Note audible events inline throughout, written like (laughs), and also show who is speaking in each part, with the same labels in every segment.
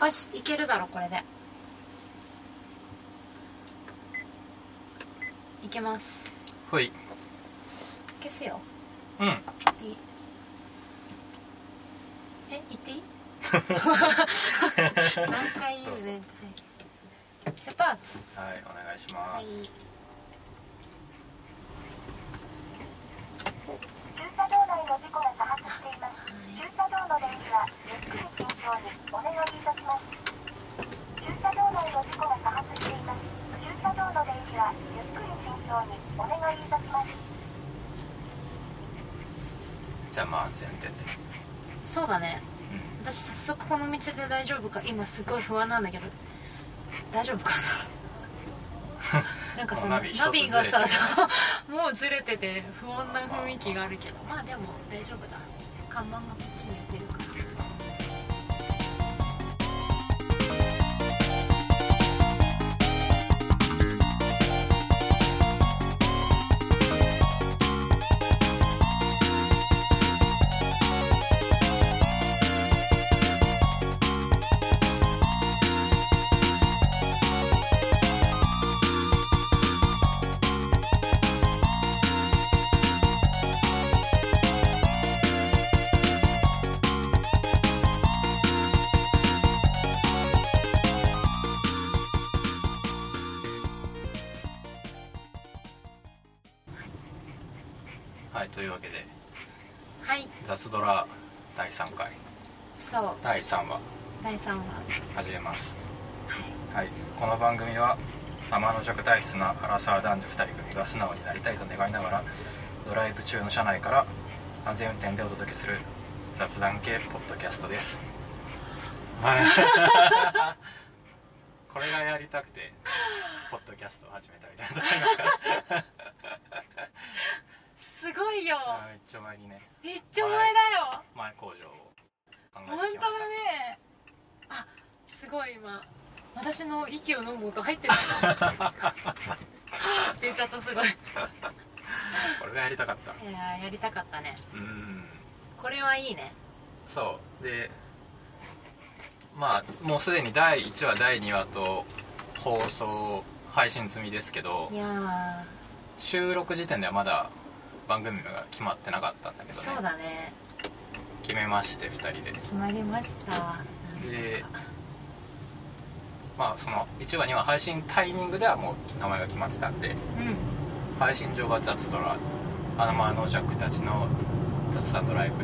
Speaker 1: よしいけるだろこれでいけます
Speaker 2: ほい
Speaker 1: 消すよ
Speaker 2: うん
Speaker 1: いいえ言っていい何回言う全体出発
Speaker 2: はいお願いします、
Speaker 3: 駐車場内の事故が多発しています。駐車場の電気はゆっくり慎重にお願いいたします。駐車場内の事故が多発しています。駐車場の電気はゆっくり慎重にお願いいたします。
Speaker 2: じゃあまあ前提で
Speaker 1: そうだね
Speaker 2: う
Speaker 1: 私早速この道で大丈夫か今すごい不安なんだけど大丈夫か
Speaker 2: (laughs)
Speaker 1: ななんかさ
Speaker 2: ナ
Speaker 1: ナ
Speaker 2: ビ
Speaker 1: ビ
Speaker 2: 一つずれてる
Speaker 1: がささもうずれてて不穏な雰囲気があるけどまあでも大丈夫だ看板がこっち向いてるから
Speaker 2: んはいというわけで
Speaker 1: はい
Speaker 2: 雑ドラ第3回
Speaker 1: そう
Speaker 2: 第3話
Speaker 1: 第3話
Speaker 2: 始めますはいこの番組は天の弱体質なアラサー男女2人組が素直になりたいと願いながらドライブ中の車内から安全運転でお届けする雑談系ポッドキャストですはい (laughs) これがやりたくてポッドキャストを始めたみたいなと (laughs) こありますから
Speaker 1: すごいよ
Speaker 2: あー一丁前にね
Speaker 1: めっちゃ前だよ
Speaker 2: 前工場を考えてきま
Speaker 1: 本
Speaker 2: し
Speaker 1: 当
Speaker 2: た
Speaker 1: だねあすごい今私の息を飲む音入ってるけどって言っちゃったすごい
Speaker 2: これがやりたかった
Speaker 1: いやーやりたかったね
Speaker 2: うん
Speaker 1: これはいいね
Speaker 2: そうでまあもうすでに第1話第2話と放送配信済みですけど
Speaker 1: いや
Speaker 2: 収録時点ではまだ番組名が決まってなかったんだけ
Speaker 1: ー
Speaker 2: どね
Speaker 1: そうだね
Speaker 2: 決めまして2人で
Speaker 1: 決まりましたなん
Speaker 2: で
Speaker 1: とか
Speaker 2: まあその1話2話配信タイミングではもう名前が決まってたんで
Speaker 1: うん
Speaker 2: 配信上は「雑ドラ」「あのまあのジャックたちの雑談ドライブ」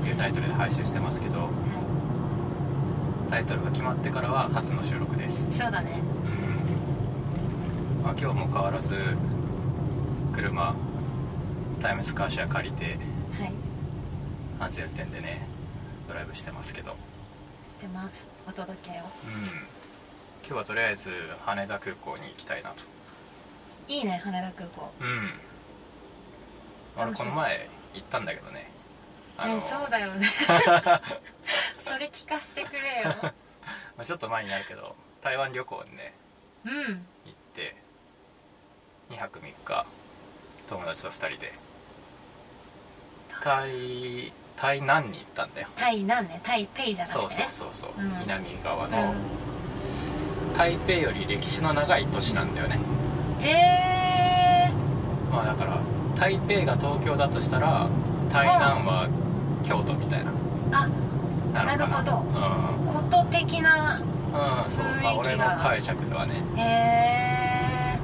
Speaker 2: っていうタイトルで配信してますけど
Speaker 1: は
Speaker 2: タイトルが決まってからは初の収録です
Speaker 1: いそうだね
Speaker 2: うんまあ、今日も変わらず車タイムスカーシェア借りて
Speaker 1: はい
Speaker 2: 安全運転でねドライブしてますけど、
Speaker 1: してますお届けを
Speaker 2: うん、今日はとりあえず羽田空港に行きたいなと
Speaker 1: いいね羽田空港
Speaker 2: うん俺この前行ったんだけどね
Speaker 1: えそうだよねそれ聞かしてくれよ
Speaker 2: まあちょっと前になるけど台湾旅行にね
Speaker 1: うん
Speaker 2: 行って2泊3日友達と2人で台台南に行ったんだよ
Speaker 1: タイなんねタイペイじゃな
Speaker 2: そう
Speaker 1: くて
Speaker 2: そう
Speaker 1: ね
Speaker 2: そうそう、
Speaker 1: うん
Speaker 2: 南側
Speaker 1: う
Speaker 2: の台北より歴史の長い都市なんだよね
Speaker 1: んへえ
Speaker 2: まあだから台北が東京だとしたら台南は京都みたいな
Speaker 1: あ
Speaker 2: のか
Speaker 1: なるほ
Speaker 2: うん
Speaker 1: こと的な
Speaker 2: うんそうまあ
Speaker 1: 雰囲
Speaker 2: 俺
Speaker 1: 気
Speaker 2: の
Speaker 1: が
Speaker 2: 解釈ではね
Speaker 1: へえ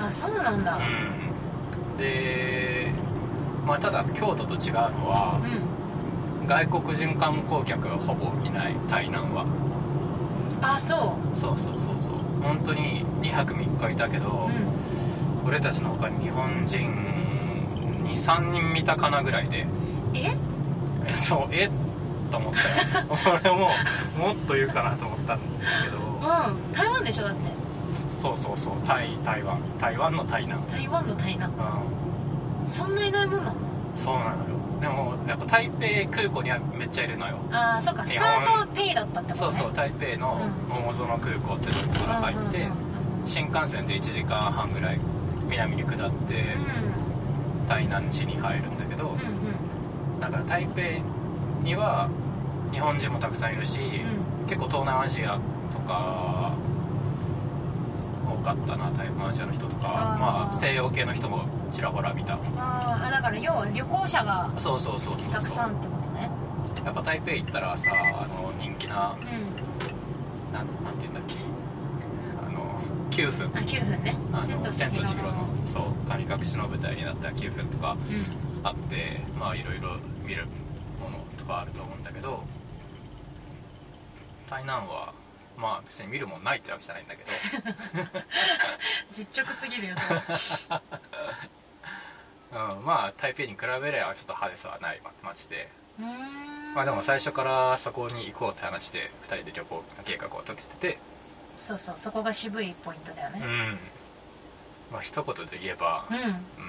Speaker 1: あそうなんだ
Speaker 2: うんでまあただ京都と違うのは
Speaker 1: うん
Speaker 2: 外国人観光客がほぼいない台南は
Speaker 1: あそ
Speaker 2: そうそうそうそう本当に2泊3日いたけど、
Speaker 1: ううん
Speaker 2: 俺たちの他に日本人23人見たかなぐらいで
Speaker 1: え
Speaker 2: えそうえと思った (laughs) よ俺ももっと言うかなと思ったんだけど
Speaker 1: うん台湾でしょだって
Speaker 2: そそうそうそうタイ台湾台湾の台南
Speaker 1: 台湾の台南
Speaker 2: う
Speaker 1: そんないないもんなの
Speaker 2: んそうなのよでもやっぱ台北空港にはめっちゃいるのよ
Speaker 1: ああそっかス
Speaker 2: 日
Speaker 1: ター
Speaker 2: 本
Speaker 1: トはペイだったってこと
Speaker 2: そ
Speaker 1: ね
Speaker 2: うそう台北の
Speaker 1: うん
Speaker 2: 桃園空港ってとこから入って、
Speaker 1: うん
Speaker 2: 新幹線で1時間半ぐらい南に下って台南市に入るんだけど、
Speaker 1: うんうんうんうんうん
Speaker 2: だから台北には日本人もたくさんいるし、結構東南アジアとか多かったな台湾アジアの人とか
Speaker 1: あー
Speaker 2: まあ、西洋系の人もちらほら見た
Speaker 1: ああだから要は旅行者が
Speaker 2: そうそうそうそう
Speaker 1: たく
Speaker 2: そ
Speaker 1: さ
Speaker 2: うん
Speaker 1: ってことね
Speaker 2: やっぱ台北行ったらさあの人気な
Speaker 1: うん
Speaker 2: なんなんて言うんだっけあの9分
Speaker 1: あ9分ね
Speaker 2: あ
Speaker 1: 千と
Speaker 2: の
Speaker 1: 千
Speaker 2: 千と
Speaker 1: 尋
Speaker 2: 千尋
Speaker 1: の
Speaker 2: のそう神隠しの舞台になった9分とか
Speaker 1: うん
Speaker 2: あってまあいろいろ見るものとかあると思うんだけど台南はまあ別に見るもんないってわけじゃないんだけど
Speaker 1: (laughs) 実直すぎるよそれ
Speaker 2: うん、まあ台北に比べればちょっと派手さはない街で、
Speaker 1: うーん
Speaker 2: まあ、でも最初からそこに行こうって話で2人で旅行の計画を立ててて
Speaker 1: そうそうそこが渋いポイントだよ
Speaker 2: うん
Speaker 1: ね
Speaker 2: まあ一言で言えば
Speaker 1: う、ん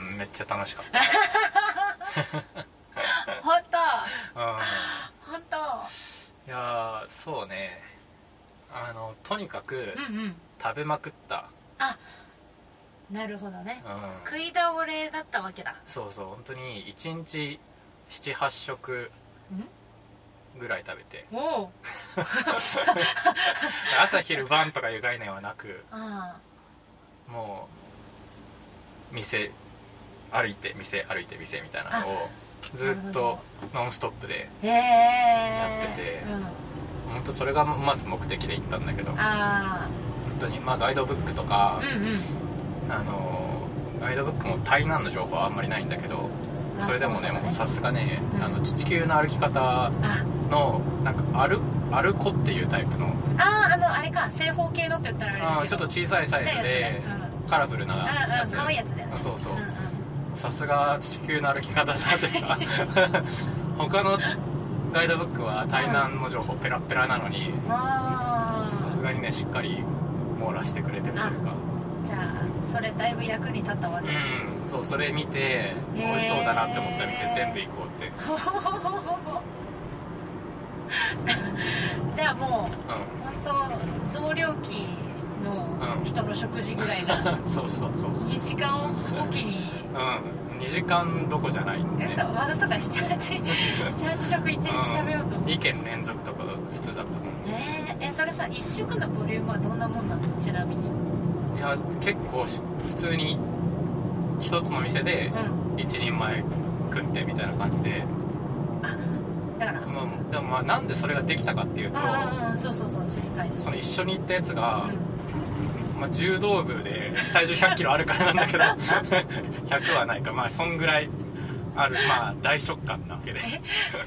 Speaker 2: うん、めっちゃ楽しか
Speaker 1: (laughs)
Speaker 2: った、
Speaker 1: 本当
Speaker 2: うん、
Speaker 1: 本当
Speaker 2: いやーそうねあのとにかく
Speaker 1: うんうん
Speaker 2: 食べまくった、
Speaker 1: なるほどね
Speaker 2: うん、
Speaker 1: 食い倒れだったわけだ
Speaker 2: そうそう本当に1日78食ぐらい食べて
Speaker 1: おお
Speaker 2: 朝昼晩とかいう概念はなく
Speaker 1: あ
Speaker 2: もう店歩いて店歩いて店みたいなのをずっとノンストップで
Speaker 1: あへえ
Speaker 2: やってて
Speaker 1: うん、
Speaker 2: 本当それがまず目的で行ったんだけど本
Speaker 1: あ
Speaker 2: 当にまあガイドブックとか
Speaker 1: あ、うんうん
Speaker 2: あのガイドブックも台南の情報はあんまりないんだけど
Speaker 1: あ
Speaker 2: それでも
Speaker 1: そ
Speaker 2: ね
Speaker 1: もそもね
Speaker 2: もうさすがね、
Speaker 1: うん
Speaker 2: あの地球の歩き方
Speaker 1: あ
Speaker 2: のなんか歩歩子っていうタイプの
Speaker 1: あーあのあれか正方形のって言ったらあれだ
Speaker 2: あ
Speaker 1: け
Speaker 2: ーちょ
Speaker 1: ど
Speaker 2: っと小さいサイズ
Speaker 1: ちっちゃいや
Speaker 2: で
Speaker 1: つね
Speaker 2: カラフルな
Speaker 1: あ
Speaker 2: や
Speaker 1: あ
Speaker 2: つ
Speaker 1: 可愛いやつだよね
Speaker 2: そうそう
Speaker 1: うんうん
Speaker 2: さすが地球の歩き方だってさ
Speaker 1: (laughs)
Speaker 2: 他のガイドブックは台南の情報ペラペラなのに
Speaker 1: あ
Speaker 2: さす
Speaker 1: あ
Speaker 2: がにねしっかり網羅してくれてるというか
Speaker 1: じゃあそれだいぶ役に立ったわけだ、
Speaker 2: うんそうそれ見て美
Speaker 1: へー
Speaker 2: 味しそうだなって思った店全部行こうって
Speaker 1: (laughs) じゃあもう
Speaker 2: う
Speaker 1: 本当増量期の人の食事ぐらいな、
Speaker 2: ん (laughs) そうそうそうそう
Speaker 1: 2時間おきに
Speaker 2: うん2時間どこじゃないんで
Speaker 1: 嘘まだそうか7878食1日食べようと思って
Speaker 2: 2軒連続とかが普通だったもんね
Speaker 1: えーえそれさ1食のボリュームはどんなもんなのちなみにうん
Speaker 2: いや結構し普通に一つの店で一人前食ってみたいな感じで、
Speaker 1: だから
Speaker 2: まあ、でもまあなんでそれができたかっていうと
Speaker 1: うんうんうんそうそうそう知りたい
Speaker 2: そ
Speaker 1: そ
Speaker 2: の
Speaker 1: れ
Speaker 2: 一緒に行ったやつ
Speaker 1: う
Speaker 2: が、
Speaker 1: ん
Speaker 2: まあ、柔道部で体重1 0 0キロあるからなんだけど (laughs) 100はないかまあそんぐらいあるまあ大食感なわけで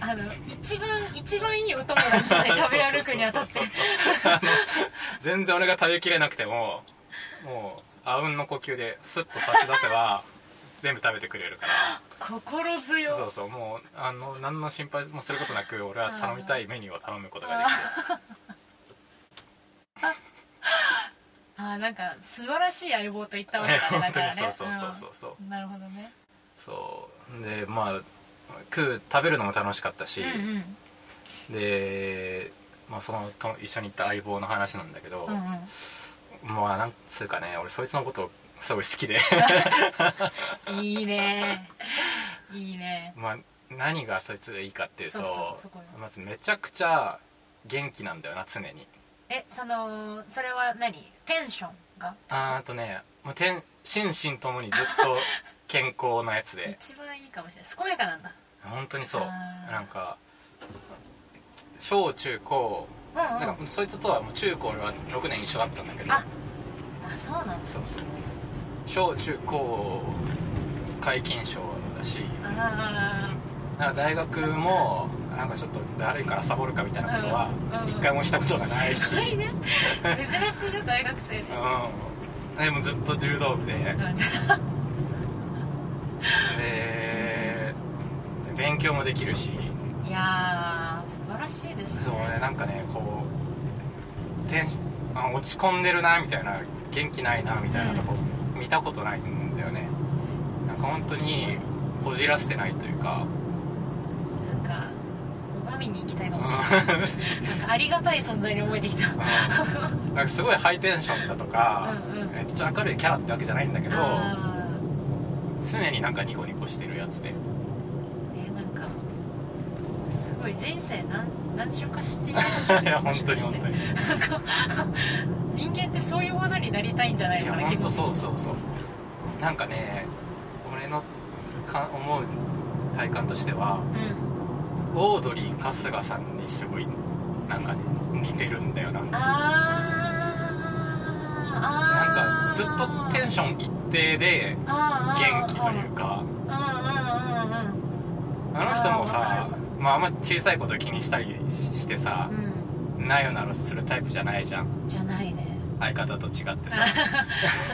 Speaker 1: あの一番一番いいお友
Speaker 2: (laughs)
Speaker 1: 達で食べ歩くにあたって
Speaker 2: そうそうそうそうあの全然俺が食べきれなくてももうあうんの呼吸でスッと差し出せば全部食べてくれるから
Speaker 1: 心強
Speaker 2: そうそうもうあの何の心配もすることなく俺は頼みたいメニューを頼むことができ
Speaker 1: あーなんか素晴らしい相棒と言ったわけ
Speaker 2: て
Speaker 1: だね
Speaker 2: (laughs) 本
Speaker 1: だ
Speaker 2: 当
Speaker 1: から
Speaker 2: にそ
Speaker 1: ね
Speaker 2: うそうそうそうそう
Speaker 1: うんなるほどね
Speaker 2: そうでまあ食う食べるのも楽しかったし、
Speaker 1: うんうん
Speaker 2: で、まあ、そのと一緒に行った相棒の話なんだけど、
Speaker 1: うんうん
Speaker 2: まあなんつうかね俺そいつのことすごい好
Speaker 1: (laughs)
Speaker 2: きで
Speaker 1: いいねいいね
Speaker 2: まあ何がそいつがいいかっていうと
Speaker 1: そうそうそこよ
Speaker 2: まずめちゃくちゃ元気なんだよな
Speaker 1: (laughs)
Speaker 2: 常に
Speaker 1: えそのそれは何テンションが
Speaker 2: あーあとねもう天心身ともにずっと健康なや
Speaker 1: (laughs)
Speaker 2: つで
Speaker 1: 一番いいかもしれない健やかなんだ
Speaker 2: 本当にそう
Speaker 1: あー
Speaker 2: なんか小中高
Speaker 1: うんうん
Speaker 2: なんかそいつとはもう中高俺は6年一緒だったんだけど
Speaker 1: ああそうなんだ
Speaker 2: そうそう小中高皆勤賞だし
Speaker 1: あ
Speaker 2: なんか大学もなんかちょっと誰からサボるかみたいなことは
Speaker 1: うん
Speaker 2: 一回もしたこと
Speaker 1: あ
Speaker 2: がないし、
Speaker 1: す
Speaker 2: う
Speaker 1: ごいね珍しいよ大学生で
Speaker 2: ん、でもずっと柔道部でで勉強もできるし
Speaker 1: (laughs) いやー素晴らしいですね
Speaker 2: そうねなんかねこうテンションあ落ち込んでるなみたいな元気ないなみたいなとこ見たことないんだよねなんか本当にこじらせてないというか
Speaker 1: なんか拝みに行きたいかもしれない
Speaker 2: うん
Speaker 1: なんかありがたい存在に思えてきた
Speaker 2: なんかすごいハイテンションだとか
Speaker 1: うんうん
Speaker 2: めっちゃ明るいキャラってわけじゃないんだけど
Speaker 1: あ
Speaker 2: 常になんかニコニコしてるやつで
Speaker 1: ーえなんかすごい人生なん何周かしていらっしゃ
Speaker 2: い
Speaker 1: る
Speaker 2: や本当に本当に
Speaker 1: なんか人間ってそういうものになりたいんじゃない
Speaker 2: い
Speaker 1: か
Speaker 2: や
Speaker 1: な
Speaker 2: 本当
Speaker 1: 結構
Speaker 2: そうそうそうなんかね俺のか思う体感としては
Speaker 1: うん
Speaker 2: オードリー春日さんにすごいなんかね似てるんだよななん
Speaker 1: あーあ
Speaker 2: かずっとテンション一定で元
Speaker 1: 元
Speaker 2: 気というか
Speaker 1: うんうん
Speaker 2: あの人
Speaker 1: あ
Speaker 2: も
Speaker 1: ーわ
Speaker 2: さ
Speaker 1: か
Speaker 2: まああんま小さいこと気にしたりしてさ
Speaker 1: うんうんうん
Speaker 2: なよならするタイプじゃないじゃん
Speaker 1: うんじゃないね
Speaker 2: 相方と違ってさ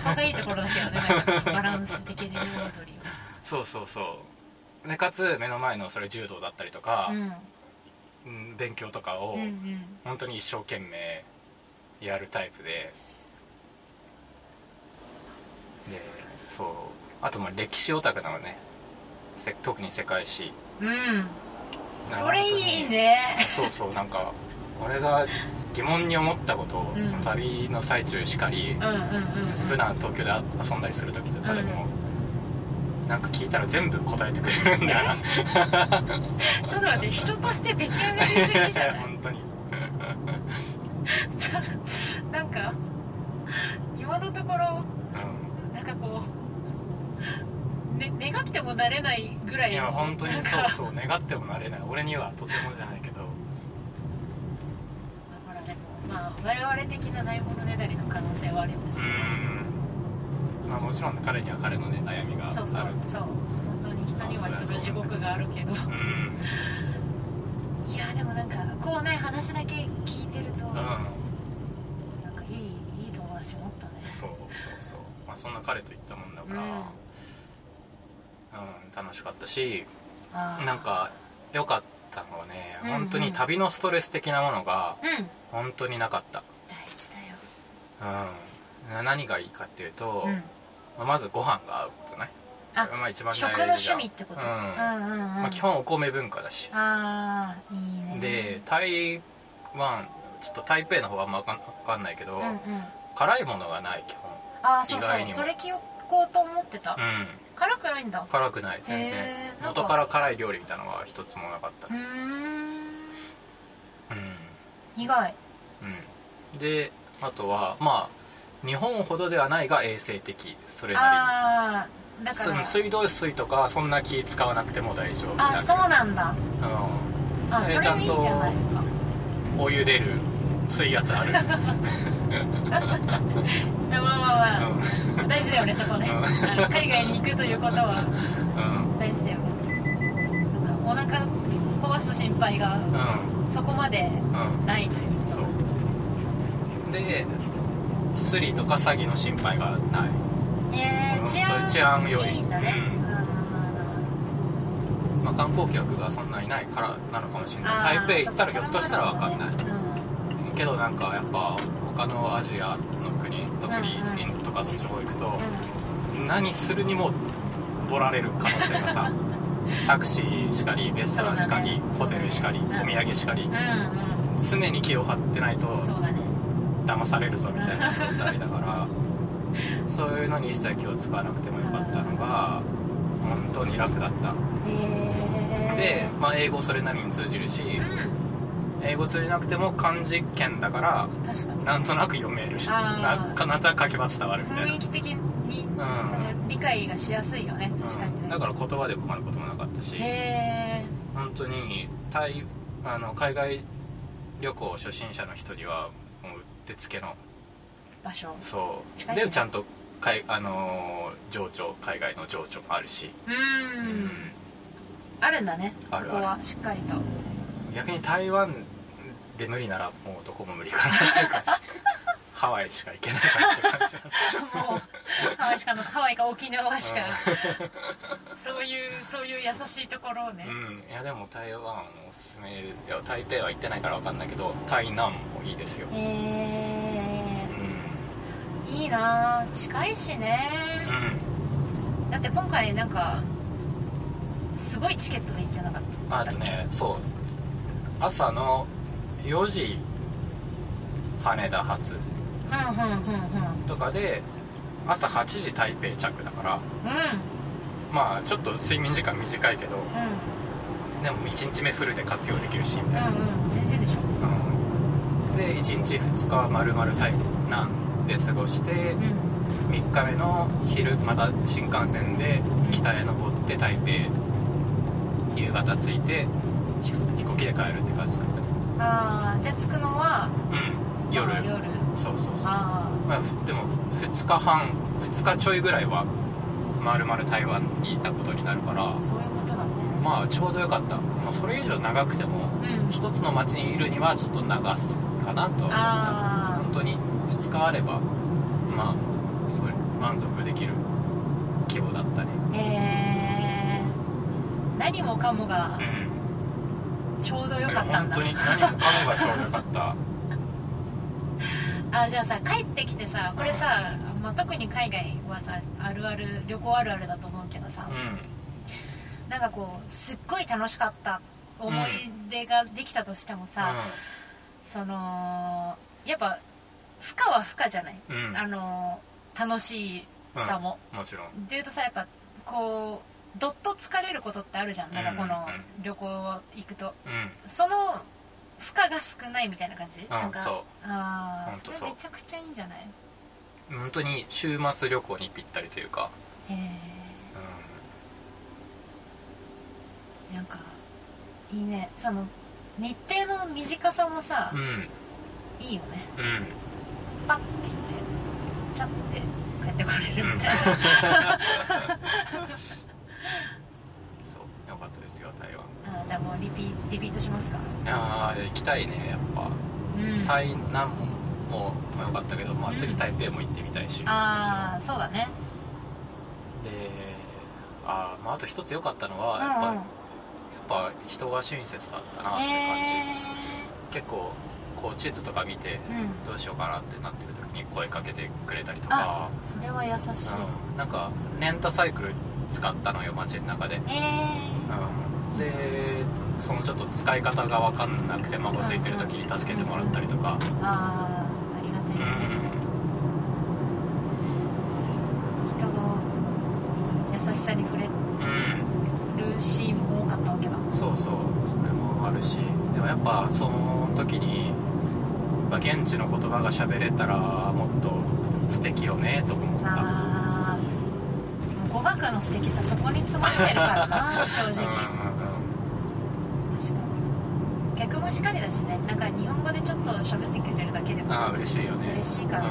Speaker 1: そこがいいところだけどねなんかバランス的にオードリ
Speaker 2: そうそうそうでかつ目の前のそれ柔道だったりとか
Speaker 1: ー、は
Speaker 2: うん勉強とかを、
Speaker 1: うんうんうん
Speaker 2: 本当に一生懸命やるタイプででそうあとまあ歴史オタクなのねせ特に世界史
Speaker 1: うん
Speaker 2: なんか
Speaker 1: それいいね
Speaker 2: そうそうなんか俺が疑問に思ったことを、
Speaker 1: うん
Speaker 2: その旅の最中しかり
Speaker 1: うんうんうん
Speaker 2: 普段東京で遊んだりする時とかでも、なんか聞いたら全部答えてくれるんだよな
Speaker 1: ちょっと待って人として出来上がりすぎじゃない
Speaker 2: (laughs) 本当に
Speaker 1: ちょっとなんか今のところ
Speaker 2: う
Speaker 1: なんかこう、ね、願ってもなれないぐら
Speaker 2: ん
Speaker 1: い
Speaker 2: いや本当に
Speaker 1: なんか
Speaker 2: そ
Speaker 1: (laughs)
Speaker 2: うそう願ってもなれない俺にはとてもじゃないけど
Speaker 1: ほらでもまあ我々的なないものねだりの可能性はありますけど、
Speaker 2: うんまあもちろん彼には彼のね悩みがある
Speaker 1: そうそうそう本当に人には人の地獄があるけど
Speaker 2: うん
Speaker 1: いやでもなんかこうね話だけ聞いてると、
Speaker 2: う
Speaker 1: な
Speaker 2: ん
Speaker 1: んかいいいい友達持ったね
Speaker 2: そうそうそうまあそんな彼と行ったもんだから
Speaker 1: うん
Speaker 2: うん楽しかったし
Speaker 1: あー
Speaker 2: なんか良かったのはね
Speaker 1: うん
Speaker 2: 本当に旅のストレス的なものが
Speaker 1: うん
Speaker 2: 本当になかった
Speaker 1: 大事だよ
Speaker 2: うん何がいいかっていうと
Speaker 1: うん
Speaker 2: まあまずご飯が合うことね
Speaker 1: あ
Speaker 2: これま一番大事
Speaker 1: 食の趣味ってこと、
Speaker 2: うん
Speaker 1: うんうんうん、
Speaker 2: まあ基本お米文化だし
Speaker 1: ああいいね
Speaker 2: で台湾ちょっと台北の方はあんま分かんわかんないけど、
Speaker 1: うんうん
Speaker 2: 辛いものがない基本
Speaker 1: ああそう
Speaker 2: 意
Speaker 1: そ
Speaker 2: 外
Speaker 1: う
Speaker 2: にも
Speaker 1: それ聞こうと思ってた、
Speaker 2: う
Speaker 1: 辛くないんだ
Speaker 2: ん辛くない全然
Speaker 1: へーなんか
Speaker 2: 元から辛い料理みたいなのは一つもなかった
Speaker 1: うーん
Speaker 2: うん、
Speaker 1: 意外
Speaker 2: うん、であとはまあ日本ほどではないが衛生的それな
Speaker 1: ああ
Speaker 2: り
Speaker 1: だ
Speaker 2: に
Speaker 1: から
Speaker 2: す水道水とかそんな気使わなくても大丈夫
Speaker 1: あそうなんだ
Speaker 2: う
Speaker 1: あ
Speaker 2: で
Speaker 1: それいいじゃないか
Speaker 2: ん、お湯出る水圧ある、
Speaker 1: (laughs) いやまあまあ
Speaker 2: う
Speaker 1: まあ、
Speaker 2: ん
Speaker 1: 大事だよねそこね
Speaker 2: うん
Speaker 1: あの海外に行くということは
Speaker 2: うん
Speaker 1: 大事だよねそっかお腹壊す心配が
Speaker 2: うん
Speaker 1: そこまで
Speaker 2: うん
Speaker 1: ないということ
Speaker 2: そうでスリとか詐欺の心配がない
Speaker 1: えー、治
Speaker 2: 本当
Speaker 1: 安
Speaker 2: に治安より
Speaker 1: いいんだね、
Speaker 2: うん
Speaker 1: あ
Speaker 2: まあ、観光客がそんなにないからなのかもしれ
Speaker 1: ー
Speaker 2: ない
Speaker 1: あー
Speaker 2: 台北行ったらひょっとしたら分かんない、
Speaker 1: そっかそれもあるかもね
Speaker 2: けどなんかやっぱ他のアジアの国特
Speaker 1: うんうん
Speaker 2: にインドとかそっちの方行くと
Speaker 1: うん、うん
Speaker 2: 何するにもボラれる可能性が
Speaker 1: (laughs)
Speaker 2: さタクシーしかりレストランしかり、
Speaker 1: そ
Speaker 2: ホ
Speaker 1: うだね
Speaker 2: テルしかり、
Speaker 1: そうだね
Speaker 2: お土産しかり
Speaker 1: うん
Speaker 2: 常に気を張ってないと
Speaker 1: うんそうだね
Speaker 2: 騙されるぞみたいな状態
Speaker 1: (laughs)
Speaker 2: だからそういうのに一切気を使わなくてもよかったのが本当に楽だった
Speaker 1: へえ
Speaker 2: で、まあ、英語それなりに通じるし
Speaker 1: うん
Speaker 2: 英語通じなくても漢字圏だから
Speaker 1: 確かに
Speaker 2: なんとなく読めるし
Speaker 1: あー
Speaker 2: なかなか書けば伝わるみた
Speaker 1: 雰
Speaker 2: い
Speaker 1: 囲気的に、
Speaker 2: な、うん、
Speaker 1: その理解がしやすいよね確かにね、
Speaker 2: うんだから言葉で困ることもなかったし
Speaker 1: へえ
Speaker 2: 本当にタイあの海外旅行初心者の人にはもううってつけの
Speaker 1: 場所
Speaker 2: そう
Speaker 1: 近いしね
Speaker 2: でちゃんと海あのー情緒海外の情緒もあるし、
Speaker 1: うん
Speaker 2: うん
Speaker 1: あるんだね
Speaker 2: あ
Speaker 1: そ
Speaker 2: る
Speaker 1: こはしっかりと
Speaker 2: 逆に台湾で無理ならもうどこも無理かなっていう感じハワイしか行けないかなって感じだ
Speaker 1: もうハワイしかのハワイか沖縄しか、そういうそういう優しいところをね、
Speaker 2: うんいやでも台湾もおすすめいや台北は行ってないから分かんないけど台南もいいですよ、
Speaker 1: へえ
Speaker 2: う
Speaker 1: いいなあ近いしね、
Speaker 2: んうん
Speaker 1: だって今回なんかすごいチケットで行ってなかった
Speaker 2: あとねそう朝の4時羽田発
Speaker 1: うんうんうん
Speaker 2: とかで朝8時台北着だから
Speaker 1: うんうん
Speaker 2: まあちょっと睡眠時間短いけど
Speaker 1: うん
Speaker 2: でも1日目フルで活用できるしみたいな、
Speaker 1: うんうん全然でしょ
Speaker 2: うんで1日2日丸々タイなんで過ごして
Speaker 1: うんうん
Speaker 2: 3日目の昼また新幹線で北へ登って台北夕方着いてひ飛行機で帰るって感じだったね
Speaker 1: ああじゃあ着くのは
Speaker 2: うん夜
Speaker 1: あー夜
Speaker 2: そうそうそう
Speaker 1: あ
Speaker 2: まあ、ふでも2日半2日ちょいぐらいはまるまる台湾にいたことになるから
Speaker 1: あそういうことだね
Speaker 2: まあちょうどよかったもうそれ以上長くても
Speaker 1: うん
Speaker 2: 一つの町にいるにはちょっと長すかなと
Speaker 1: あ
Speaker 2: 本当に2日あればまあそれ満足できる規模だったね
Speaker 1: あえー、何もかもが
Speaker 2: う
Speaker 1: ちょうどよ
Speaker 2: ん
Speaker 1: かったん
Speaker 2: 本
Speaker 1: だ
Speaker 2: 当に何もかもがちょうどよかった
Speaker 1: (laughs) あじゃあさ帰ってきてさこれさ、まあ、特に海外はさあるある旅行あるあるだと思うけどさ、
Speaker 2: う
Speaker 1: なんかこうすっごい楽しかった思い出ができたとしてもさ、そのやっぱ負荷は負荷じゃない、
Speaker 2: んうん、
Speaker 1: あの楽しさも、
Speaker 2: うんもちろん
Speaker 1: っていうとさやっぱこうどっと疲れることってあるじゃんなんかこの
Speaker 2: うんうんう
Speaker 1: 旅行行くと
Speaker 2: うん
Speaker 1: その負荷が少ないみたいな感じ、なんか
Speaker 2: そう
Speaker 1: ああ
Speaker 2: ほん
Speaker 1: そ
Speaker 2: と
Speaker 1: れ
Speaker 2: そう
Speaker 1: めちゃくちゃいいんじゃない
Speaker 2: 本当に週末旅行にぴったりというか、
Speaker 1: へ
Speaker 2: うん
Speaker 1: えなんかいいねその日程の短さもさ、
Speaker 2: うん
Speaker 1: いいよね
Speaker 2: うん
Speaker 1: パッて行ってちゃって帰ってこれるみた (laughs) いな、
Speaker 2: そうよかったですよ台湾
Speaker 1: あーじゃあもうリピリピートしますか
Speaker 2: いやー行きたいねやっぱ
Speaker 1: うん
Speaker 2: 台南ももよかったけど、まあ、次台北も行ってみたいし、
Speaker 1: ああそうだね
Speaker 2: であー、まあ、あと一つ良かったのは
Speaker 1: うんう
Speaker 2: やっぱ,、やっ
Speaker 1: ん
Speaker 2: ぱ人が親切だったなって感じ、
Speaker 1: え
Speaker 2: 結構こう地図とか見て
Speaker 1: ー、うん
Speaker 2: どうしようかなってなってる時に声かけてくれたりとか、
Speaker 1: それは優しい、
Speaker 2: うん、なんかレンタサイクル使ったのよ街の中で
Speaker 1: ええ
Speaker 2: うんでそのちょっと使い方が分かんなくて孫ついてる時に助けてもらったりとか
Speaker 1: ー、あーありがた
Speaker 2: う
Speaker 1: い、ね
Speaker 2: ん
Speaker 1: 人の優しさに触れるシーンも多かったわけだ
Speaker 2: うんそうそうそれもあるしでもやっぱその時にまあ現地の言葉が喋れたらもっと素敵よねと思った
Speaker 1: あー語学の素敵さそこに詰まってるから
Speaker 2: (laughs)
Speaker 1: な正直
Speaker 2: うん
Speaker 1: 確かに逆もしかりだしねなんか日本語でちょっと喋ってくれるだけで
Speaker 2: うんうん
Speaker 1: も
Speaker 2: ああ嬉しいよね
Speaker 1: 嬉しいから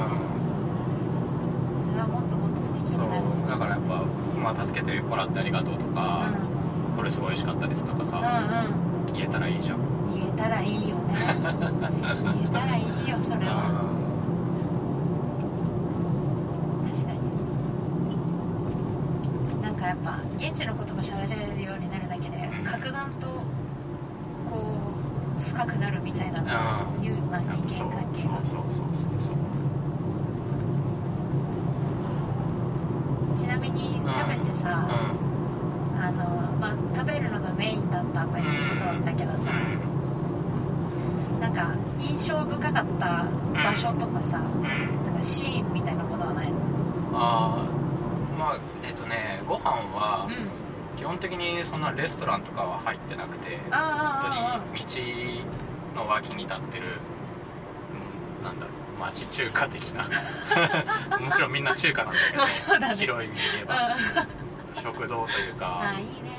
Speaker 2: うん
Speaker 1: それはもっともっと素敵
Speaker 2: そ
Speaker 1: になる
Speaker 2: うだからやっぱ、まあ、助けてもらってありがとうと
Speaker 1: うん
Speaker 2: か、これすごい美味しかったですとかさ、
Speaker 1: うん
Speaker 2: 言えたらいいじゃん
Speaker 1: うん言えたらいいよ
Speaker 2: (laughs)
Speaker 1: ね言えたらいいよそれは確かになんかやっぱ現地の言葉喋れるようになるだけで
Speaker 2: うん
Speaker 1: 格段とこう深くなるみたいなの
Speaker 2: うん
Speaker 1: いう、まあ、
Speaker 2: やっぱ
Speaker 1: 人
Speaker 2: そう
Speaker 1: 間関係
Speaker 2: そう
Speaker 1: が
Speaker 2: そうそうそう
Speaker 1: ちなみに食べてさ、
Speaker 2: う
Speaker 1: あのまあ、食べるのがメインだったということだったけどさ、なんか印象深かった場所とかさ、
Speaker 2: んうん
Speaker 1: なんかシーンみたいなことはないの
Speaker 2: あーまあえっとねご飯は
Speaker 1: うん
Speaker 2: 基本的にそんなレストランとかは入ってなくて
Speaker 1: あ
Speaker 2: 本
Speaker 1: ああ
Speaker 2: 当に道の脇に立ってる、うん、なんだろう町中華的
Speaker 1: (laughs)
Speaker 2: なもちろんみんな中華なんだ
Speaker 1: あああそうだ
Speaker 2: けど
Speaker 1: ね
Speaker 2: 広い意味で言え
Speaker 1: うん
Speaker 2: ば
Speaker 1: あ
Speaker 2: 食堂というか
Speaker 1: あいいね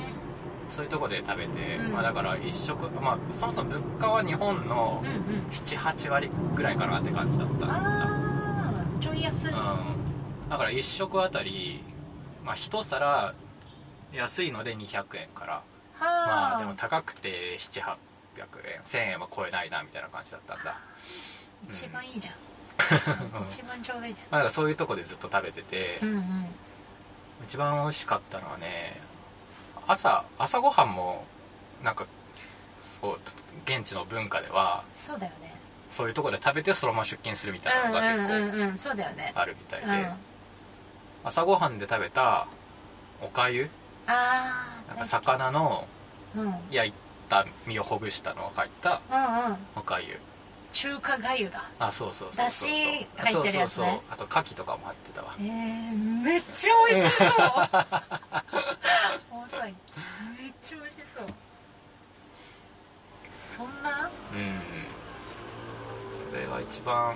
Speaker 2: そういうとこで食べて、
Speaker 1: うん
Speaker 2: まあ、だから一食まあそもそも物価は日本の
Speaker 1: うんうん
Speaker 2: 78割ぐらいかなって感じだった
Speaker 1: ああちょい安い
Speaker 2: うん、だから1食あたり、まあ、1皿安いので200円からまあでも
Speaker 1: はあ、
Speaker 2: 高くて700800円1000円は超えないなみたいな感じだったんだ
Speaker 1: 一番いいじゃん、
Speaker 2: (laughs) うん
Speaker 1: 一番ちょうどいいじ
Speaker 2: まあだからそういうとこでずっと食べてて、
Speaker 1: ゃんうんうん
Speaker 2: 一番美味しかったのはね朝朝ごはんもなんかそう現地の文化では
Speaker 1: そうだよね
Speaker 2: そういうとこで食べてそのまま出勤するみたいなのが結
Speaker 1: うんうん
Speaker 2: 構
Speaker 1: うんうんそうだよね
Speaker 2: あるみたいで、
Speaker 1: うんあ
Speaker 2: 朝ごはんで食べたおかゆ
Speaker 1: あ
Speaker 2: なんか
Speaker 1: 大好
Speaker 2: 魚の
Speaker 1: きうんうんうん
Speaker 2: 焼いた身をほぐしたのが入ったおかゆ
Speaker 1: 中華がゆだ
Speaker 2: あそうそうそうそう
Speaker 1: だし入ってるやつね
Speaker 2: そうそうそうあと牡蠣とかも入ってたわ
Speaker 1: えー、めっちゃ美味しそう遅いめっちゃ美味しそうそんな
Speaker 2: うんそれが一番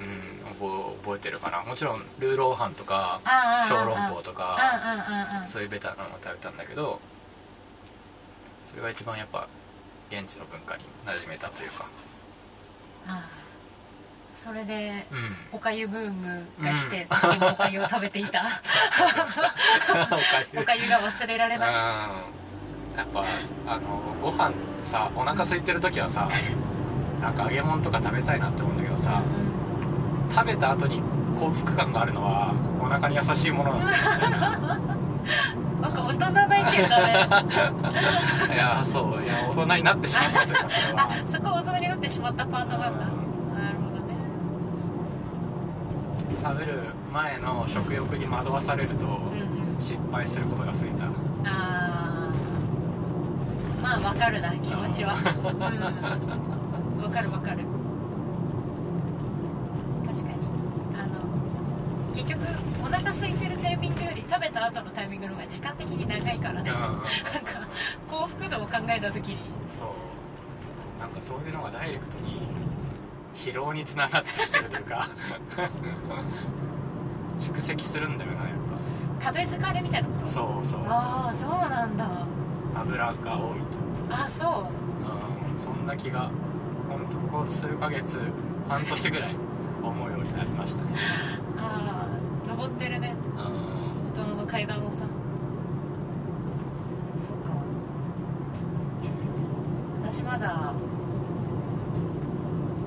Speaker 2: うん覚え覚えてるかなもちろんルーローハンとか
Speaker 1: あーあーあー
Speaker 2: 小籠包と
Speaker 1: うん
Speaker 2: か
Speaker 1: うんうんうん
Speaker 2: そういうベタなのも食べたんだけどそれが一番やっぱ現地の文化に馴染めたというか
Speaker 1: ああそれで
Speaker 2: うん
Speaker 1: おかゆブームが来
Speaker 2: う
Speaker 1: て
Speaker 2: ん
Speaker 1: 先におかゆを食べてい
Speaker 2: (laughs)
Speaker 1: たおかゆが忘れられない
Speaker 2: うんやっぱあのご飯さお腹空いてる時はさなんか揚げ物とか食べたいなって思うんだけどさ
Speaker 1: うん
Speaker 2: 食べた後に幸福感があるのはお腹に優しいものなんだ
Speaker 1: なんか大人だけどあれ
Speaker 2: いやそういや大人になってしまったというかそれは
Speaker 1: あそこ大人になってしまったパートなんだなるほどね
Speaker 2: 食べる前の食欲に惑わされると
Speaker 1: うん
Speaker 2: 失敗することが増えた
Speaker 1: うんああまあわかるな気持ちはうんわかるわかる確かにあの結局お腹空いてるタイミングより食べた後のタイミングの方が時間的に長いからね
Speaker 2: うん
Speaker 1: なんか幸福度を考えた時に
Speaker 2: そうなんかそういうのがダイレクトに疲労につながってきてるというか (laughs) 蓄積するんだよなや
Speaker 1: 食
Speaker 2: っ
Speaker 1: べ疲れみたいなこ
Speaker 2: ぱ
Speaker 1: と
Speaker 2: そうそうそう
Speaker 1: ああそうなんだ
Speaker 2: 油が多いと
Speaker 1: あそ
Speaker 2: うんそんな気が本当ここ数ヶ月半年ぐらい思うようになりましたね
Speaker 1: うああ登ってるね
Speaker 2: うん
Speaker 1: 大人の階段をさそうか私まだ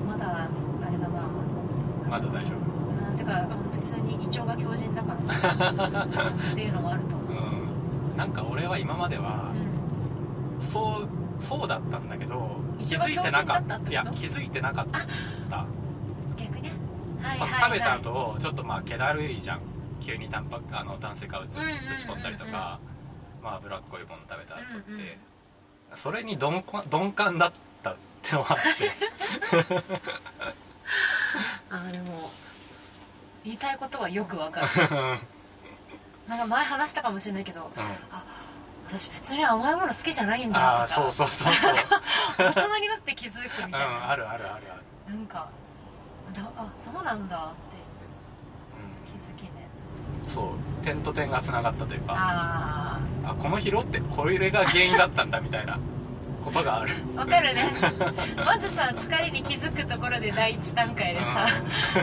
Speaker 1: まだあれだな
Speaker 2: まだ大丈夫
Speaker 1: うんてかあの普通に胃腸が強靭だからさ
Speaker 2: (laughs)
Speaker 1: っていうのもあると思う
Speaker 2: うんなんか俺は今までは
Speaker 1: うん
Speaker 2: そうそうだったんだけど気
Speaker 1: 一番
Speaker 2: づいて
Speaker 1: 強靭
Speaker 2: なか
Speaker 1: だったってこと
Speaker 2: いや気づいてなかった
Speaker 1: 逆にねはい
Speaker 2: そ
Speaker 1: はいは
Speaker 2: の
Speaker 1: い
Speaker 2: 食べた後ちょっとまあ気だるいじゃん急にタンパクあの炭水化物
Speaker 1: うんうんうんうん
Speaker 2: ぶち込んだりとか、まあ、ブラッコリーボン食べた後って、
Speaker 1: うんうん
Speaker 2: それに鈍感鈍感だったってのもあって
Speaker 1: (laughs) あでも言いたいことはよくわ
Speaker 2: (laughs)
Speaker 1: かるなんか前話したかもしれないけど私別に甘いもの好きじゃないん
Speaker 2: あ
Speaker 1: だ
Speaker 2: あ
Speaker 1: とか
Speaker 2: そうそうそうそう、
Speaker 1: (laughs) 大人になって気づくみ
Speaker 2: うん、
Speaker 1: たいな、
Speaker 2: あるあるあるある、
Speaker 1: なんかだあそうなんだって気づきね
Speaker 2: うん、そう点と点がつながったというか
Speaker 1: あ
Speaker 2: あこの疲労ってこれが原因だったんだみたい (laughs) なことがある
Speaker 1: あわか (laughs) るねまずさ疲れに気づくところで第一段階でさ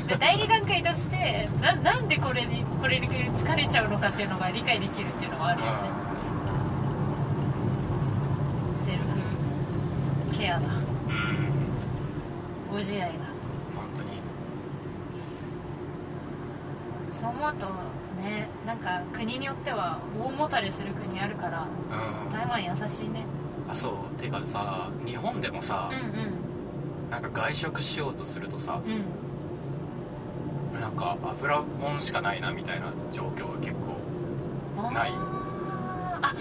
Speaker 1: で第二段階としてななんでこれにこれに疲れちゃうのかっていうのが理解できるっていうのがあるよねセルフケアだ
Speaker 2: うん、うん
Speaker 1: ご自愛だ
Speaker 2: 本当に
Speaker 1: そう思うとねなんか国によっては大もたれする国あるから
Speaker 2: う
Speaker 1: 台湾優しいね
Speaker 2: んあそうてかさ日本でもさ、
Speaker 1: う
Speaker 2: なんか外食しようとするとさ
Speaker 1: んうんうん
Speaker 2: なんか油もんしかないなみたいな状況が結構
Speaker 1: あー
Speaker 2: ない
Speaker 1: あ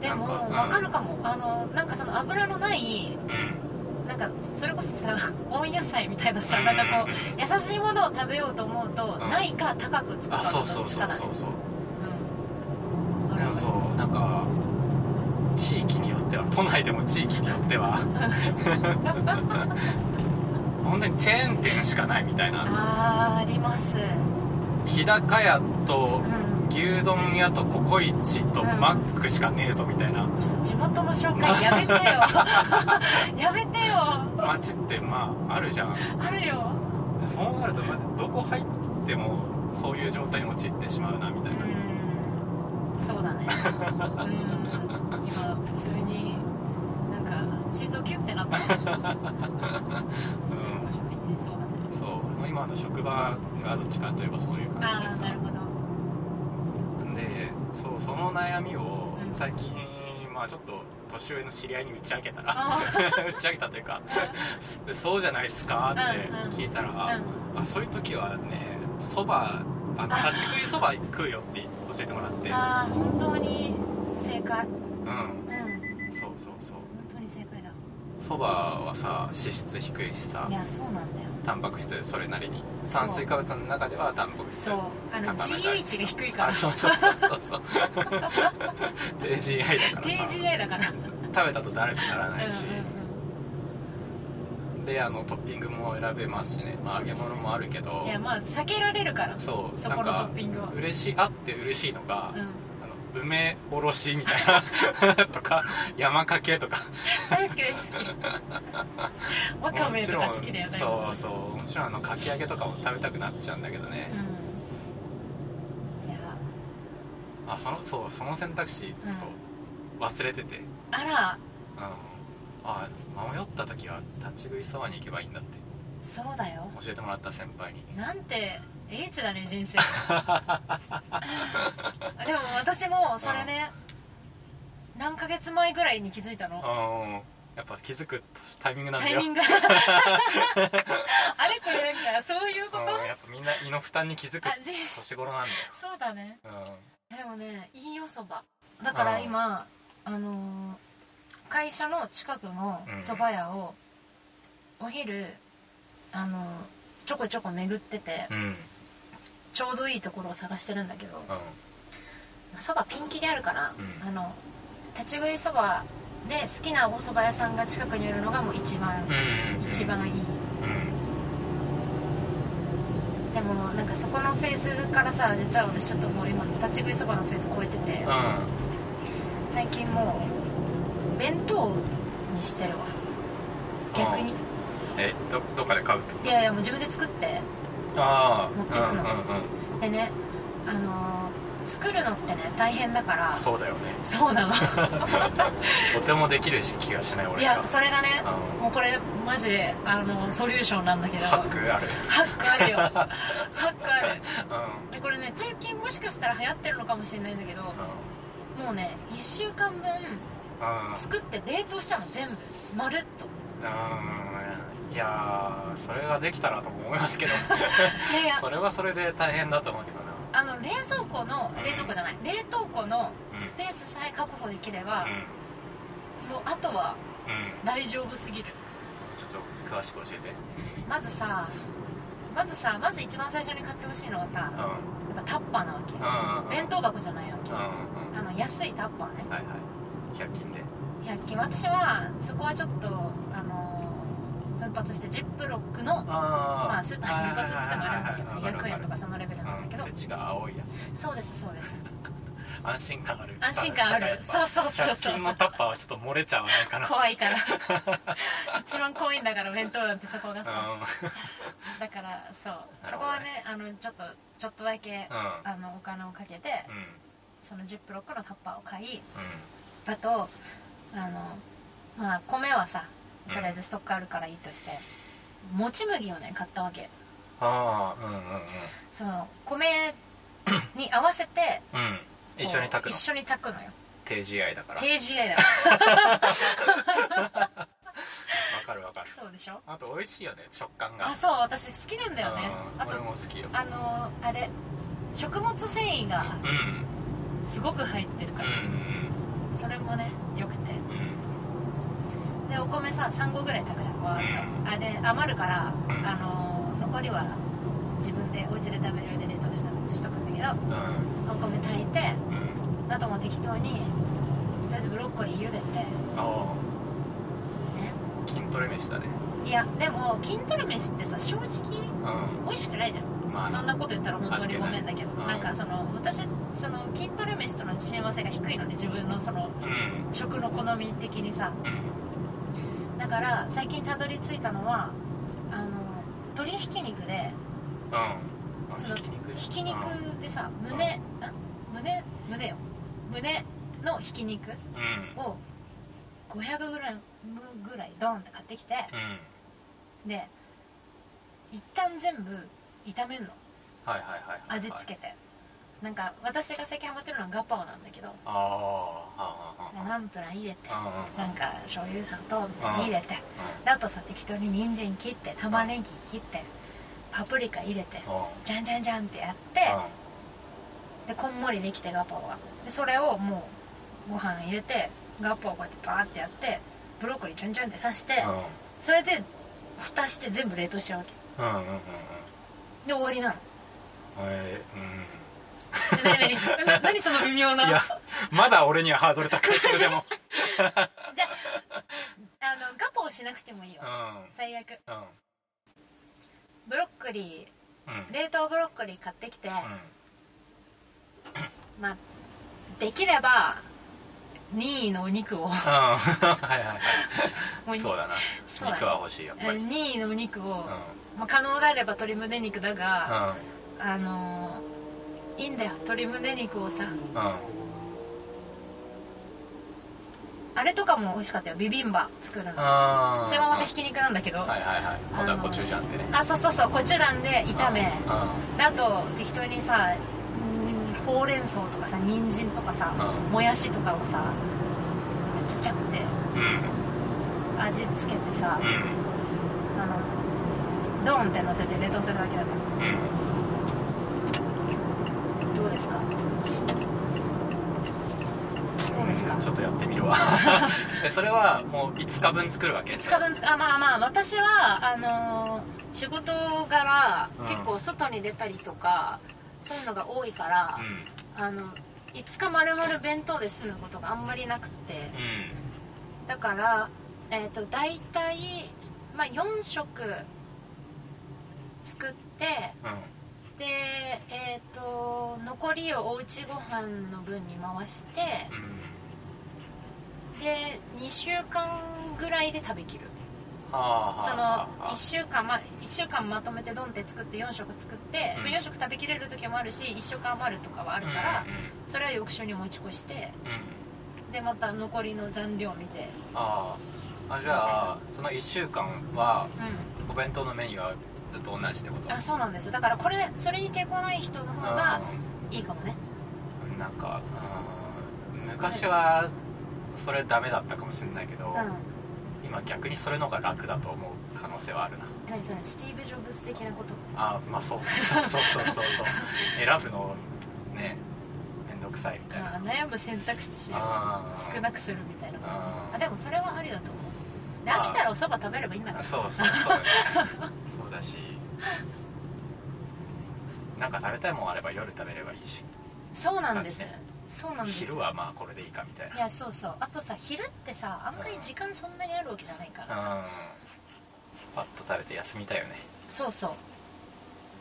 Speaker 1: でも
Speaker 2: なんかうん
Speaker 1: 分かるかもあのなんかその油のない
Speaker 2: うん
Speaker 1: なんかそれこそさ (laughs) 温野菜みたいなさなんかこう優しいものを食べようと思うと、
Speaker 2: うん
Speaker 1: ないか高くつくか
Speaker 2: あ
Speaker 1: の
Speaker 2: そ
Speaker 1: ど
Speaker 2: うそ
Speaker 1: っ
Speaker 2: う
Speaker 1: ち
Speaker 2: そ
Speaker 1: か
Speaker 2: う
Speaker 1: だね
Speaker 2: そうそう
Speaker 1: うんあ
Speaker 2: で
Speaker 1: れ
Speaker 2: もそうなんか地域によっては都内でも地域によって (laughs) は本当にチェーン店しかないみたいな
Speaker 1: あーありますう
Speaker 2: 日高屋と
Speaker 1: ん
Speaker 2: 牛丼屋とココイチと
Speaker 1: うん
Speaker 2: マックしかねえぞみたいな
Speaker 1: ちょっと地元の紹介やめ
Speaker 2: (laughs)
Speaker 1: てよやめてよ
Speaker 2: 街ってまああるじゃん
Speaker 1: あるよ
Speaker 2: そうなるとまずどこ入ってもそういう状態に陥ってしまうなみたいな、
Speaker 1: うんそうだねうん今普通になんか心臓キュッてなったそう場所的にそうだね
Speaker 2: そうもう今の職場がどっちかといえばそういう感
Speaker 1: あ
Speaker 2: じで
Speaker 1: あ
Speaker 2: さ
Speaker 1: なるほど
Speaker 2: でそうその悩みを
Speaker 1: うん
Speaker 2: 最近、まあちょっと年上の知り合いに打ち明けたら
Speaker 1: あ
Speaker 2: (laughs) 打ち明けたというか「すそうじゃないっすか?」って聞いたら、
Speaker 1: あ
Speaker 2: あそういう時はねそばあの立ち食いそば食うよって教えてもらって
Speaker 1: うん、あー本当に正解
Speaker 2: うん
Speaker 1: うん本
Speaker 2: そうそうそう
Speaker 1: 当に正解だ
Speaker 2: そばはさ脂質低いしさ
Speaker 1: いやそうなんだよ
Speaker 2: タンパク質それなりに
Speaker 1: そう
Speaker 2: 炭水化物の中ではタンパク質
Speaker 1: そうあの
Speaker 2: 高めた
Speaker 1: GH が低いから (laughs)
Speaker 2: あそうそうそうそうそう低 GI だからさ
Speaker 1: DGI だから
Speaker 2: 食べたとだるくなら
Speaker 1: う
Speaker 2: なんいし、であのトッピングも選べますしね、まあ、
Speaker 1: そう
Speaker 2: 揚げ
Speaker 1: ですね
Speaker 2: 物もあるけど
Speaker 1: うんいやまあ避けられるから
Speaker 2: そう
Speaker 1: そ
Speaker 2: な
Speaker 1: こ
Speaker 2: ん
Speaker 1: のト
Speaker 2: か
Speaker 1: ッピングは
Speaker 2: 嬉しいあって嬉しいのが、
Speaker 1: う
Speaker 2: (laughs)
Speaker 1: ん
Speaker 2: あの梅おろしみたいなと
Speaker 1: (laughs)
Speaker 2: か山かけとか
Speaker 1: 大好き大好
Speaker 2: (laughs)
Speaker 1: きわかめとか好きだよね
Speaker 2: もちろんそうそうもちろんあのかき揚げとかも食べたくなっちゃうんだけどね、
Speaker 1: うんいや
Speaker 2: あそのそうその選択肢ちょっと忘れてて、
Speaker 1: あら
Speaker 2: あのあ迷った時は立ち食いそばに行けばいいんだって
Speaker 1: そうだよ
Speaker 2: 教えてもらった先輩に
Speaker 1: なんて英知だね人
Speaker 2: (laughs)
Speaker 1: 生でも私もそれね何ヶ月前ぐらいに気づいたの
Speaker 2: あやっぱ気づくタイミングなん
Speaker 1: タ
Speaker 2: だ
Speaker 1: イ
Speaker 2: よ
Speaker 1: ミン
Speaker 2: (laughs)
Speaker 1: グあれこれなんかそういうこと
Speaker 2: うんやっぱみんな胃の負担に気づく
Speaker 1: あじ
Speaker 2: 年頃なん
Speaker 1: そうだね
Speaker 2: だよ、
Speaker 1: でもねいいおそばだから今あのー会社の近くの
Speaker 2: うん
Speaker 1: そば屋をお昼あのーちょこちょこ巡ってて
Speaker 2: うん、うんうん
Speaker 1: ちょうどいいところを探してるんだけどそばピンキリあるから、
Speaker 2: うん
Speaker 1: あの立ち食いそばで好きなおそば屋さんが近くにあるのがもう一番、
Speaker 2: うんうん
Speaker 1: 一番いい
Speaker 2: うん
Speaker 1: でもなんかそこのフェーズからさ実は私ちょっともう今立ち食いそばのフェーズ超えてて
Speaker 2: う
Speaker 1: 最近もう弁当にしてるわ逆に
Speaker 2: んえどどっかで買うってこ
Speaker 1: いやいやもう自分で作って
Speaker 2: とああ
Speaker 1: 持ってくの
Speaker 2: うんうん
Speaker 1: でねあのー作るのってね大変だか
Speaker 2: う
Speaker 1: ら
Speaker 2: ん、そうだよね
Speaker 1: そうなの
Speaker 2: とてもできるし気がしない俺が
Speaker 1: いやそれがね
Speaker 2: あ
Speaker 1: もうこれマジであのソリューションなんだけど
Speaker 2: ハックある
Speaker 1: ハックあ
Speaker 2: (laughs)
Speaker 1: るよハックある
Speaker 2: うん
Speaker 1: でこれね最近もしかしたら流行ってるのかもしれないんだけどもうね1週間分
Speaker 2: うんうん
Speaker 1: 作って冷凍したの全部まるっと
Speaker 2: うんいやーそれができたらとも思いますけど
Speaker 1: いやいや
Speaker 2: (laughs) それはそれで大変だと思うけどな
Speaker 1: あの冷蔵庫の
Speaker 2: うん
Speaker 1: 冷蔵庫じゃない冷凍庫の
Speaker 2: うん
Speaker 1: スペースさえ確保できれば
Speaker 2: うん、
Speaker 1: もうあとは
Speaker 2: うん、
Speaker 1: 大丈夫すぎる
Speaker 2: ちょっと詳しく教えて
Speaker 1: まずさまずさまず一番最初に買ってほしいのはさ
Speaker 2: うん
Speaker 1: やっぱタッパーなわけ
Speaker 2: うんうん
Speaker 1: 弁当箱じゃないわけ
Speaker 2: うんうん
Speaker 1: あの安いタッパーね
Speaker 2: はいはい100均で
Speaker 1: 100均私はそこはちょっとあの奮発してジップロックの
Speaker 2: あ
Speaker 1: まあスーパーに分割っつってもあれなんだけど
Speaker 2: はいはいはいはい
Speaker 1: 200円とかそのレベルなんだけど
Speaker 2: うん、口が青いやつ
Speaker 1: そうですそうです
Speaker 2: 安心感ある
Speaker 1: 安心感あるそうそうそうそう
Speaker 2: 100均のタッパーはちょっと漏れちゃわないかな
Speaker 1: 怖いから一番怖いんだから弁当なんてそこがさ
Speaker 2: う
Speaker 1: だからそう
Speaker 2: な
Speaker 1: そ
Speaker 2: る
Speaker 1: こ
Speaker 2: ほど
Speaker 1: は
Speaker 2: ね
Speaker 1: ねあのちょっとちょっとだけ
Speaker 2: んうん
Speaker 1: あのお金をかけて
Speaker 2: うん
Speaker 1: そのジップロックのタッパーを買い
Speaker 2: うん
Speaker 1: あとあのまあ米はさ
Speaker 2: うん
Speaker 1: とりあえずストックあるからいいとしてもち麦をね買ったわけ
Speaker 2: ああうんうんうん
Speaker 1: その米に合わせて
Speaker 2: うん (laughs) 一緒に炊く
Speaker 1: こう一
Speaker 2: の
Speaker 1: 緒に炊くのよ
Speaker 2: 定時愛だからわ
Speaker 1: 定時
Speaker 2: (laughs)
Speaker 1: 愛だよ
Speaker 2: かるわかる
Speaker 1: そうでしょ
Speaker 2: あと美味しいよね食感が
Speaker 1: あそう私好きなんだよね
Speaker 2: うん
Speaker 1: あと
Speaker 2: 俺も好きよ
Speaker 1: あのあれ食物繊維が
Speaker 2: うんうん
Speaker 1: すごく入ってるから、それもねよくて
Speaker 2: うんうん
Speaker 1: でお米さ3合ぐらい炊くじゃんわーっと、
Speaker 2: う
Speaker 1: あで余るから、
Speaker 2: うん
Speaker 1: あのー残りは自分でお家で食べるように冷凍ししとくんだけ
Speaker 2: うんうん
Speaker 1: どお米炊いて
Speaker 2: うん
Speaker 1: あともう適当にとりあえずブロッコリー茹でてね
Speaker 2: ああ筋トレ飯だね
Speaker 1: いやでも筋トレ飯ってさ正直
Speaker 2: うん
Speaker 1: 美味しくないじゃん
Speaker 2: まあ
Speaker 1: そんなこと言ったら本当にごめんだけど
Speaker 2: 味気ないうん
Speaker 1: なんかその私その筋トレ飯との親和性が低いのね自分のその
Speaker 2: うん
Speaker 1: 食の好み的にさ
Speaker 2: うん
Speaker 1: だから最近たどり着いたのはあの鶏ひき肉で
Speaker 2: うんあ
Speaker 1: その
Speaker 2: ひき肉
Speaker 1: ひき肉
Speaker 2: うん
Speaker 1: でさ胸あ胸胸よ胸のひき肉
Speaker 2: うん
Speaker 1: を 500g ぐらいドーンって買ってきて
Speaker 2: うん
Speaker 1: で一旦全部炒めんの
Speaker 2: はいはいはいはい
Speaker 1: 味付けてなんか私が最近ハマってるのはガパオなんだけど
Speaker 2: ああああああ
Speaker 1: ナンプラー入れて
Speaker 2: ああ
Speaker 1: なんか醤油砂糖みたいに入れて
Speaker 2: あ
Speaker 1: であとさ適当に人参切って玉ねぎ切ってパプリカ入れてじゃんじゃんじゃんってやってでこんもりできてガパオがでそれをもうご飯入れてガパオこうやってバーってやってブロッコリーちょんちょんって刺して
Speaker 2: うん
Speaker 1: それで蓋して全部冷凍しちゃうわけ
Speaker 2: うんうんうんうん
Speaker 1: で終わ (laughs) りなの
Speaker 2: えーうん
Speaker 1: で何何何その微妙ない
Speaker 2: やまだ俺にはハードル高いそれでも
Speaker 1: じゃあうしなくてもいいよ
Speaker 2: うん
Speaker 1: 最悪
Speaker 2: うん
Speaker 1: ブロッコリ
Speaker 2: うん
Speaker 1: ー冷凍ブロッコリー買ってきて、
Speaker 2: うん
Speaker 1: まあできれば2位のお肉を
Speaker 2: うんはいはい
Speaker 1: も
Speaker 2: は
Speaker 1: うに
Speaker 2: いそうだな
Speaker 1: そうだ
Speaker 2: 肉は欲しいやっぱり
Speaker 1: (laughs)
Speaker 2: うん
Speaker 1: 2位のお肉を、
Speaker 2: うん
Speaker 1: まあ、可能であれば鶏胸肉だが、あのーいいんだよ鶏胸肉をさ
Speaker 2: うん
Speaker 1: あれとかも美味しかったよビビンバ作るの
Speaker 2: あ
Speaker 1: それもまた
Speaker 2: き
Speaker 1: ひき肉なんだけど、
Speaker 2: はいはいはい今度はコチュジャンでね
Speaker 1: あそうそうそうコチュダンで炒め
Speaker 2: うんうん
Speaker 1: であと適当にさうんほうれん草とかさ人参とかさ
Speaker 2: うん
Speaker 1: もやしとかをさちっちゃって
Speaker 2: うん
Speaker 1: 味付けてさ
Speaker 2: うん
Speaker 1: あのドーンって乗せて冷凍するだけだか
Speaker 2: うん
Speaker 1: らどうですかどうですか
Speaker 2: ちょっとやってみるわでそれはもう5日分作るわけ
Speaker 1: 2日分つあまあまあ私はあのー仕事柄
Speaker 2: うん
Speaker 1: 結構外に出たりとか、そういうのが多いから
Speaker 2: う、ん
Speaker 1: あの5日丸々弁当で済むことがあんまりなくって
Speaker 2: うん
Speaker 1: だからえっ、ー、と大体、まあ、4食作って
Speaker 2: うん
Speaker 1: でえっ、と残りをおうちご飯の分に回して
Speaker 2: うん
Speaker 1: で2週間ぐらいで食べきる
Speaker 2: はあはあ
Speaker 1: その
Speaker 2: はあ
Speaker 1: 1週間ま1週間まとめてドンって作って4食作って、
Speaker 2: うん
Speaker 1: まあ4食食べきれる時もあるし1週間余るとかはあるから、それは翌週に持ち越して
Speaker 2: うんうんうん
Speaker 1: でまた残りの残量見て
Speaker 2: あああじゃあその1週間は
Speaker 1: う
Speaker 2: お弁当のメニューはずっと同じってこと
Speaker 1: んあそうなんですよだからこれそれに抵抗ない人の方が
Speaker 2: うん
Speaker 1: いいかもね
Speaker 2: なんかうん昔はそれダメだったかもしれないけ
Speaker 1: う
Speaker 2: ど、
Speaker 1: ん
Speaker 2: 今逆にそれの方が楽だと思う可能性はあるな
Speaker 1: 何それスティーブ・ジョブズ的なこと
Speaker 2: あま
Speaker 1: (laughs)
Speaker 2: あそうそうそうそうそう選ぶのねめんどくさいみたいな、
Speaker 1: あ悩む選択肢を
Speaker 2: あー
Speaker 1: 少なくするみたいなことね
Speaker 2: あー
Speaker 1: あでもそれはありだと思うで
Speaker 2: あー
Speaker 1: 飽きたらおそば食べればいいんだから
Speaker 2: そうそうそうだねそうだしなんか食べたいもんあれば夜食べればいいし
Speaker 1: そうなんです
Speaker 2: 確か
Speaker 1: そうなんです
Speaker 2: 昼はまあこれでいいかみたいない
Speaker 1: やそうそうあとさ昼ってさあんまり時間そんなにあるわけじゃないからさ
Speaker 2: うんパッと食べて休みたいよね
Speaker 1: そうそう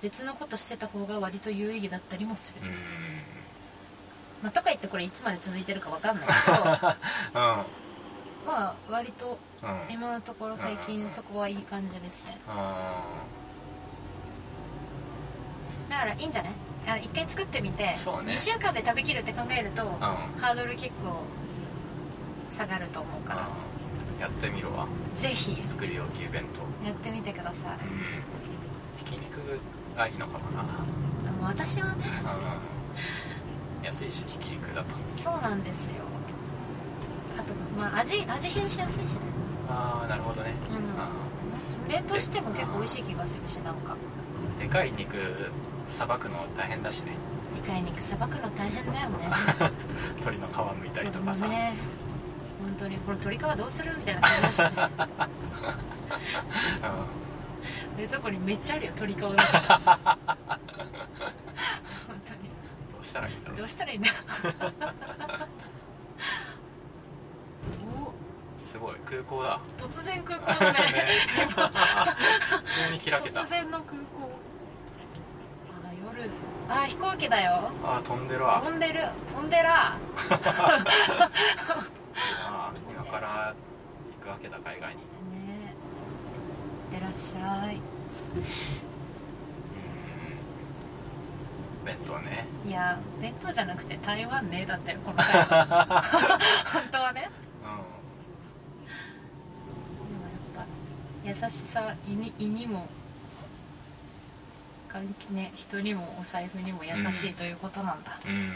Speaker 1: 別のことしてた方が割と有意義だったりもする
Speaker 2: う、ん
Speaker 1: まあ、とか言ってこれいつまで続いてるかわかんないけ
Speaker 2: (laughs)
Speaker 1: どま
Speaker 2: うん
Speaker 1: あ割と
Speaker 2: うん
Speaker 1: 今のところ最
Speaker 2: うんうんう
Speaker 1: 近
Speaker 2: ん
Speaker 1: そこはいい感じですね
Speaker 2: う
Speaker 1: だからいいんじゃないあ一回作ってみて、
Speaker 2: そうね
Speaker 1: 2週間で食べきるって考えると
Speaker 2: んうん
Speaker 1: ハードル結構下がると思うから
Speaker 2: やってみろわ
Speaker 1: ぜひ
Speaker 2: 作り置き弁当
Speaker 1: やってみてください
Speaker 2: うんひき肉がいいのかもな
Speaker 1: あの私はね
Speaker 2: うん安いしひき肉だと
Speaker 1: そうなんですよあとまあ味味変しやすいしね
Speaker 2: ああなるほどね
Speaker 1: うん冷凍しても結構美味しい気がするしなんか
Speaker 2: うんでかい肉さばくの大変だしね (laughs)
Speaker 1: でかい肉さばくの大変だよね
Speaker 2: 鳥の皮む (laughs) いたりとか
Speaker 1: も
Speaker 2: さ
Speaker 1: ね本当にこれ鶏皮どうするみたいな感じだし
Speaker 2: (laughs)
Speaker 1: ね
Speaker 2: う
Speaker 1: 冷蔵庫にめっちゃあるよ鶏皮だから
Speaker 2: (laughs)
Speaker 1: 本当に
Speaker 2: んどうしたらいいんだろ
Speaker 1: ど
Speaker 2: う
Speaker 1: うしたらいいんだ
Speaker 2: すごい空港だ
Speaker 1: お突然空港だね
Speaker 2: (laughs) ね急に開けた
Speaker 1: 突然の空港あ夜あ飛行機だよ
Speaker 2: ああ飛んでるわ
Speaker 1: 飛んでる飛んでら
Speaker 2: いいな今から行くわけだ海
Speaker 1: ね
Speaker 2: 外に
Speaker 1: いってらっしゃい
Speaker 2: うん弁当ね
Speaker 1: いや弁当じゃなくて台湾ねだったよこの
Speaker 2: (laughs)
Speaker 1: 回本当はね
Speaker 2: うん
Speaker 1: でもやっぱ優しさ胃に胃にも関係ね人にもお財布にも優しいということなんだ、
Speaker 2: うん